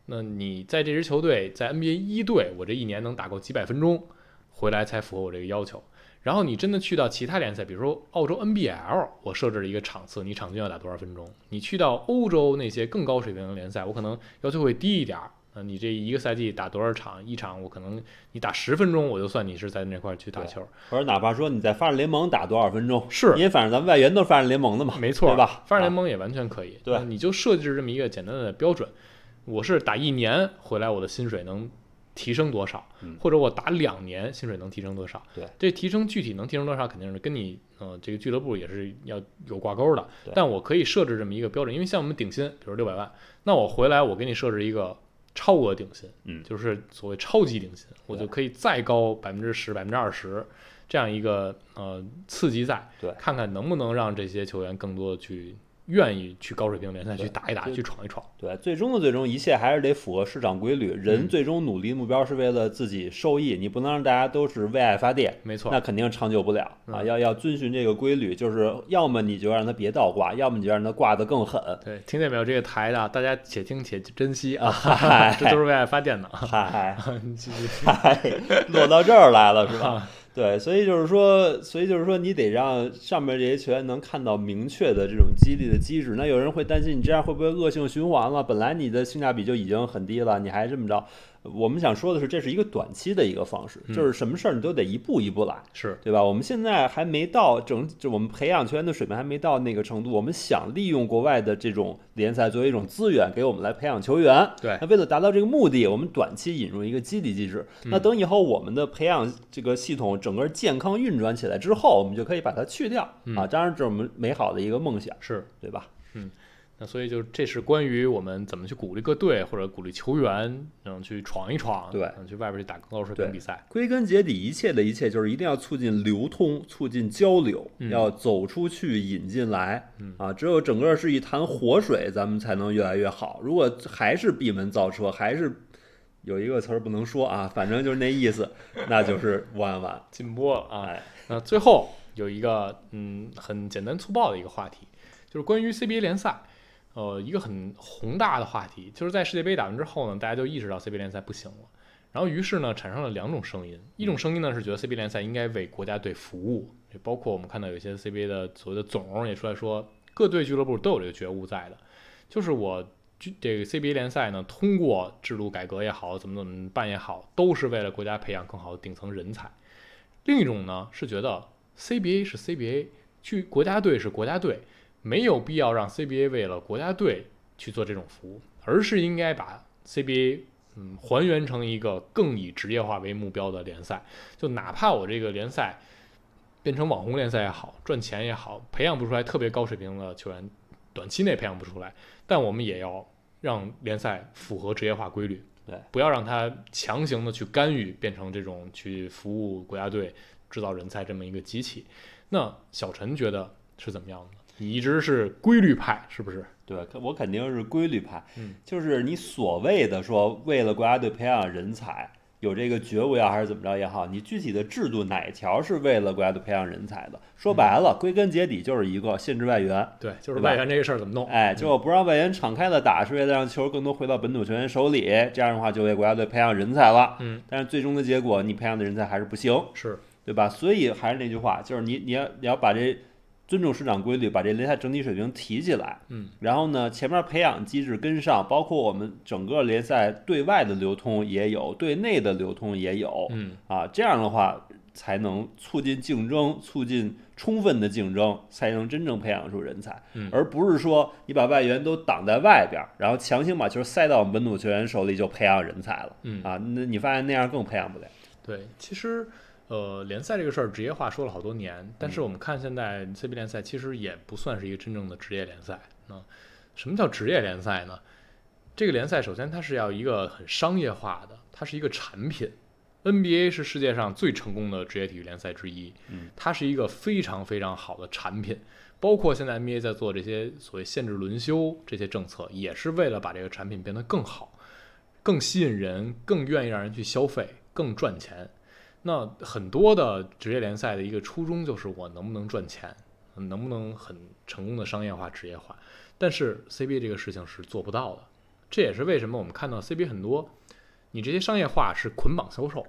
那你在这支球队在 NBA 一队，我这一年能打够几百分钟，回来才符合我这个要求。然后你真的去到其他联赛，比如说澳洲 NBL，我设置了一个场次，你场均要打多少分钟？你去到欧洲那些更高水平的联赛，我可能要求会低一点儿。那你这一个赛季打多少场？一场我可能你打十分钟，我就算你是在那块儿去打球。或者哪怕说你在发展联盟打多少分钟，是因为反正咱们外援都是发展联盟的嘛，没错，对吧？发展联啊盟也完全可以。对那你就设置这么一个简单的标准，我是打一年回来，我的薪水能提升多少，或者我打两年薪水能提升多少。嗯对，这提升具体能提升多少，肯定是跟你呃这个俱乐部也是要有挂钩的对。但我可以设置这么一个标准，因为像我们顶薪，比如六百万，那我回来我给你设置一个超额顶薪，嗯就是所谓超级顶薪，我对就可以再高百分之十、百分之二十这样一个呃刺激赛，对看看能不能让这些球员更多的去愿意去高水平联赛对去打一打，就去闯一闯。对，最终的最终，一切还是得符合市场规律。嗯人最终努力目标是为了自己受益，你不能让大家都是为爱发电，没错，那肯定长久不了啊！嗯要要遵循这个规律，就是要么你就让他别倒挂，要么你就让他挂得 更狠。对，听见没有？这个台的，大家且听且珍惜 啊，嗨这都是为爱发 电的。嗨你继续嗨， 落到这儿来了是吧？啊，对，所以就是说，所以就是说，你得让上面这些球员能看到明确的这种激励的机制。那有人会担心，你这样会不会恶性循环了？本来你的性价比就已经很低了，你还这么着。我们想说的是，这是一个短期的一个方式，就是什么事儿你都得一步一步来。是对吧？我们现在还没到整，就我们培养球员的水平还没到那个程度。我们想利用国外的这种联赛作为一种资源，给我们来培养球员。对那为了达到这个目的，我们短期引入一个激励机制。那等以后我们的培养这个系统整个健康运转起来之后，我们就可以把它去掉啊。当然，这是我们美好的一个梦想，是。对吧？那所以就这是关于我们怎么去鼓励各队或者鼓励球员，嗯，去闯一闯，对嗯，去外边去打更高水平对比赛。归根结底，一切的一切就是一定要促进流通，促进交流，要走出去，引进来。啊，只有整个是一潭活水，咱们才能越来越好。如果还是闭门造车，还是有一个词儿不能说啊，反正就是那意思， 那就是不安稳。进波了啊！哎，那最后有一个嗯很简单粗暴的一个话题，就是关于 CBA 联赛，呃，一个很宏大的话题，就是在世界杯打完之后呢，大家就意识到 CBA 联赛不行了，然后于是呢产生了两种声音，一种声音呢是觉得 CBA 联赛应该为国家队服务，也包括我们看到有一些 CBA 的所谓的总儿也出来说，各队俱乐部都有这个觉悟在的，就是我。就这个 CBA 联赛呢，通过制度改革也好，怎么怎么办也好，都是为了国家培养更好的顶层人才。另一种呢是觉得 CBA 是 CBA，去国家队是国家队，没有必要让 CBA 为了国家队去做这种服务，而是应该把 CBA 嗯还原成一个更以职业化为目标的联赛，就哪怕我这个联赛变成网红联赛也好，赚钱也好，培养不出来特别高水平的球员，短期内培养不出来，但我们也要让联赛符合职业化规律。对，不要让它强行的去干预，变成这种去服务国家队、制造人才这么一个机器。那小陈觉得是怎么样的？你一直是规律派，是不是？对，我肯定是规律派，嗯就是你所谓的说为了国家队培养人才，有这个觉悟也好，还是怎么着也好，你具体的制度哪一条是为了国家队培养人才的？说白了，归根结底就是一个限制外援，对，就是对吧外援这个事儿怎么弄？哎，就不让外援敞开的打，是为了让球更多回到本土球员手里，这样的话就为国家队培养人才了。嗯，但是最终的结果，你培养的人才还是不行，是对吧？所以还是那句话，就是你你要你要把这尊重市场规律，把这联赛整体水平提起来。嗯，然后呢，前面培养机制跟上，包括我们整个联赛对外的流通也有，对内的流通也有。嗯，啊，这样的话才能促进竞争，促进充分的竞争，才能真正培养出人才，嗯而不是说你把外援都挡在外边儿，然后强行把球塞到我们本土球员手里就培养人才了，嗯啊，那你发现那样更培养不了，对，其实呃，联赛这个事儿职业化说了好多年，但是我们看现在 CBA 联赛其实也不算是一个真正的职业联赛啊、什么叫职业联赛呢？这个联赛首先它是要一个很商业化的，它是一个产品。NBA 是世界上最成功的职业体育联赛之一，嗯，它是一个非常非常好的产品。包括现在 NBA 在做这些所谓限制轮休这些政策，也是为了把这个产品变得更好。更吸引人，更愿意让人去消费，更赚钱。那很多的职业联赛的一个初衷就是我能不能赚钱，能不能很成功的商业化、职业化。但是 CBA 这个事情是做不到的，这也是为什么我们看到 CBA 很多，你这些商业化是捆绑销售，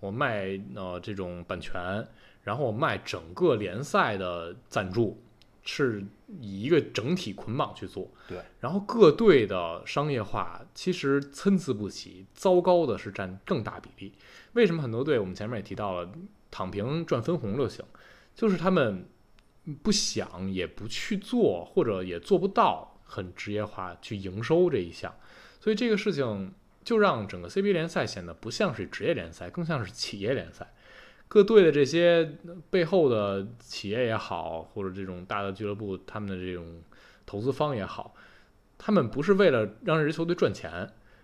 我卖呃这种版权，然后我卖整个联赛的赞助，是以一个整体捆绑去做。对，然后各队的商业化其实参差不齐，糟糕的是占更大比例。为什么很多队我们前面也提到了，躺平赚分红就行，就是他们不想也不去做，或者也做不到很职业化去营收这一项。所以这个事情就让整个 CBA 联赛显得不像是职业联赛，更像是企业联赛。各队的这些背后的企业也好，或者这种大的俱乐部，他们的这种投资方也好，他们不是为了让这支球队赚钱，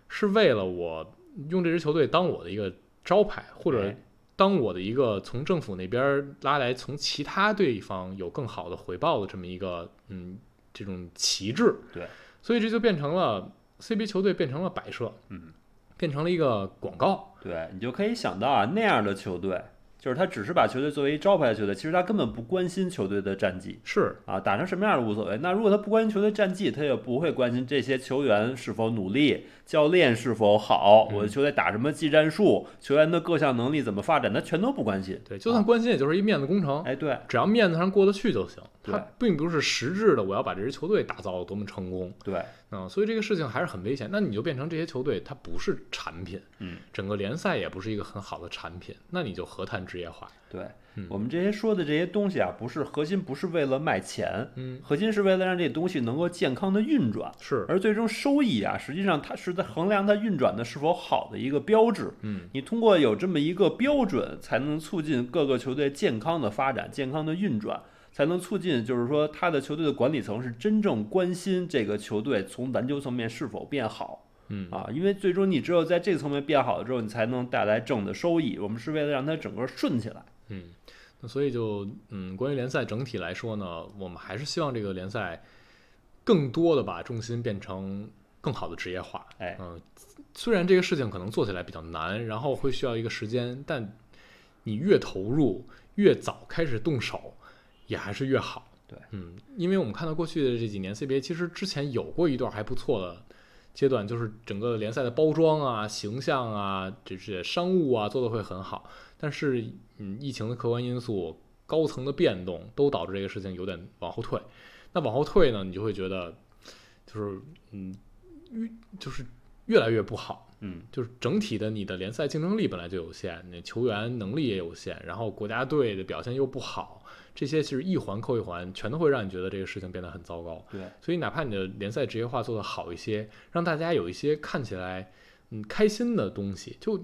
是为了我用这支球队当我的一个招牌，或者哎当我的一个从政府那边拉来从其他对方有更好的回报的这么一个嗯这种旗帜。对，所以这就变成了 CBA 球队变成了摆设，嗯，变成了一个广告。对你就可以想到啊，那样的球队，就是他只是把球队作为一招牌的球队，其实他根本不关心球队的战绩是啊，打成什么样都无所谓。那如果他不关心球队战绩，他也不会关心这些球员是否努力，教练是否好，嗯我的球队打什么技战术，球员的各项能力怎么发展，他全都不关心。对，就算关心也就是一面子工程，哎，对只要面子上过得去就行。对它并不是实质的，我要把这支球队打造得多么成功对，啊、所以这个事情还是很危险。那你就变成这些球队它不是产品，嗯，整个联赛也不是一个很好的产品，那你就何谈职业化？对嗯，我们这些说的这些东西啊，不是核心，不是为了卖钱，嗯，核心是为了让这东西能够健康的运转，是，而最终收益啊，实际上它是在衡量它运转的是否好的一个标志。嗯，你通过有这么一个标准，才能促进各个球队健康的发展、健康的运转，才能促进就是说他的球队的管理层是真正关心这个球队从篮球层面是否变好。嗯啊，因为最终你只有在这个层面变好了之后，你才能带来正的收益。我们是为了让它整个顺起来。嗯，那所以就嗯，关于联赛整体来说呢，我们还是希望这个联赛更多的把重心变成更好的职业化。哎嗯、虽然这个事情可能做起来比较难，然后会需要一个时间，但你越投入，越早开始动手，也还是越好。对，嗯，因为我们看到过去的这几年 CBA，其实之前有过一段还不错的阶段，就是整个联赛的包装啊、形象啊、这些商务啊做的会很好，但是嗯，疫情的客观因素、高层的变动都导致这个事情有点往后退。那往后退呢，你就会觉得就是嗯，越就是越来越不好。嗯，就是整体的你的联赛竞争力本来就有限，你球员能力也有限，然后国家队的表现又不好，这些其实一环扣一环，全都会让你觉得这个事情变得很糟糕。对，所以哪怕你的联赛职业化做得好一些，让大家有一些看起来嗯开心的东西，就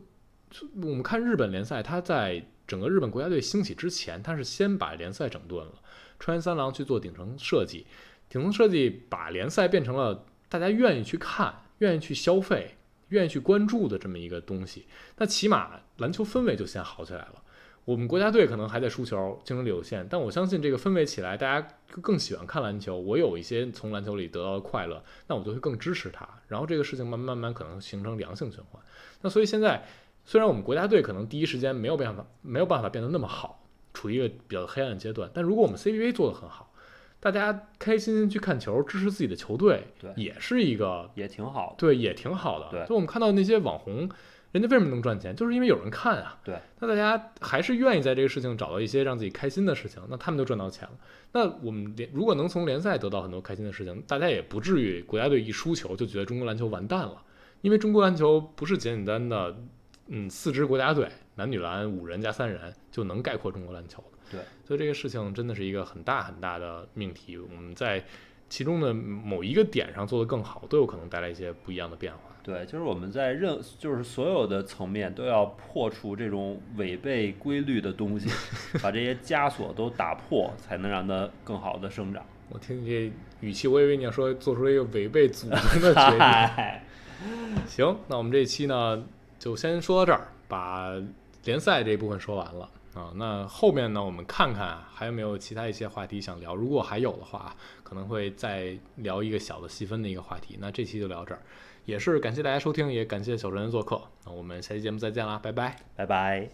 就我们看日本联赛，它在整个日本国家队兴起之前，它是先把联赛整顿了，川原三郎去做顶层设计，顶层设计把联赛变成了大家愿意去看、愿意去消费、愿意去关注的这么一个东西。那起码篮球氛围就先好起来了。我们国家队可能还在输球，竞争力有限，但我相信这个氛围起来，大家更喜欢看篮球。我有一些从篮球里得到的快乐，那我就会更支持他。然后这个事情慢慢慢慢可能形成良性循环。那所以现在虽然我们国家队可能第一时间没有办法没有办法变得那么好，处于一个比较黑暗的阶段，但如果我们 CBA 做得很好，大家开心心去看球，支持自己的球队对，也是一个也挺好的。对，也挺好的。对就我们看到那些网红，人家为什么能赚钱，就是因为有人看啊。对，那大家还是愿意在这个事情找到一些让自己开心的事情，那他们就赚到钱了。那我们联如果能从联赛得到很多开心的事情，大家也不至于国家队一输球就觉得中国篮球完蛋了，因为中国篮球不是简简单单的，嗯，四支国家队，男女篮五人加三人就能概括中国篮球了。对，所以这个事情真的是一个很大很大的命题，我们在其中的某一个点上做得更好，都有可能带来一些不一样的变化。对，就是我们在任，就是所有的层面都要破除这种违背规律的东 西，把这些枷锁都打破，才能让它更好的生长。我听你这语气，我以为你要说做出了一个违背祖宗的决定。嗨，行，那我们这一期呢，就先说到这儿，把联赛这一部分说完了啊。那后面呢，我们看看还有没有其他一些话题想聊。如果还有的话，啊可能会再聊一个小的细分的一个话题。那这期就聊这儿，也是感谢大家收听，也感谢小陈做客。那我们下期节目再见啦，拜拜。拜拜。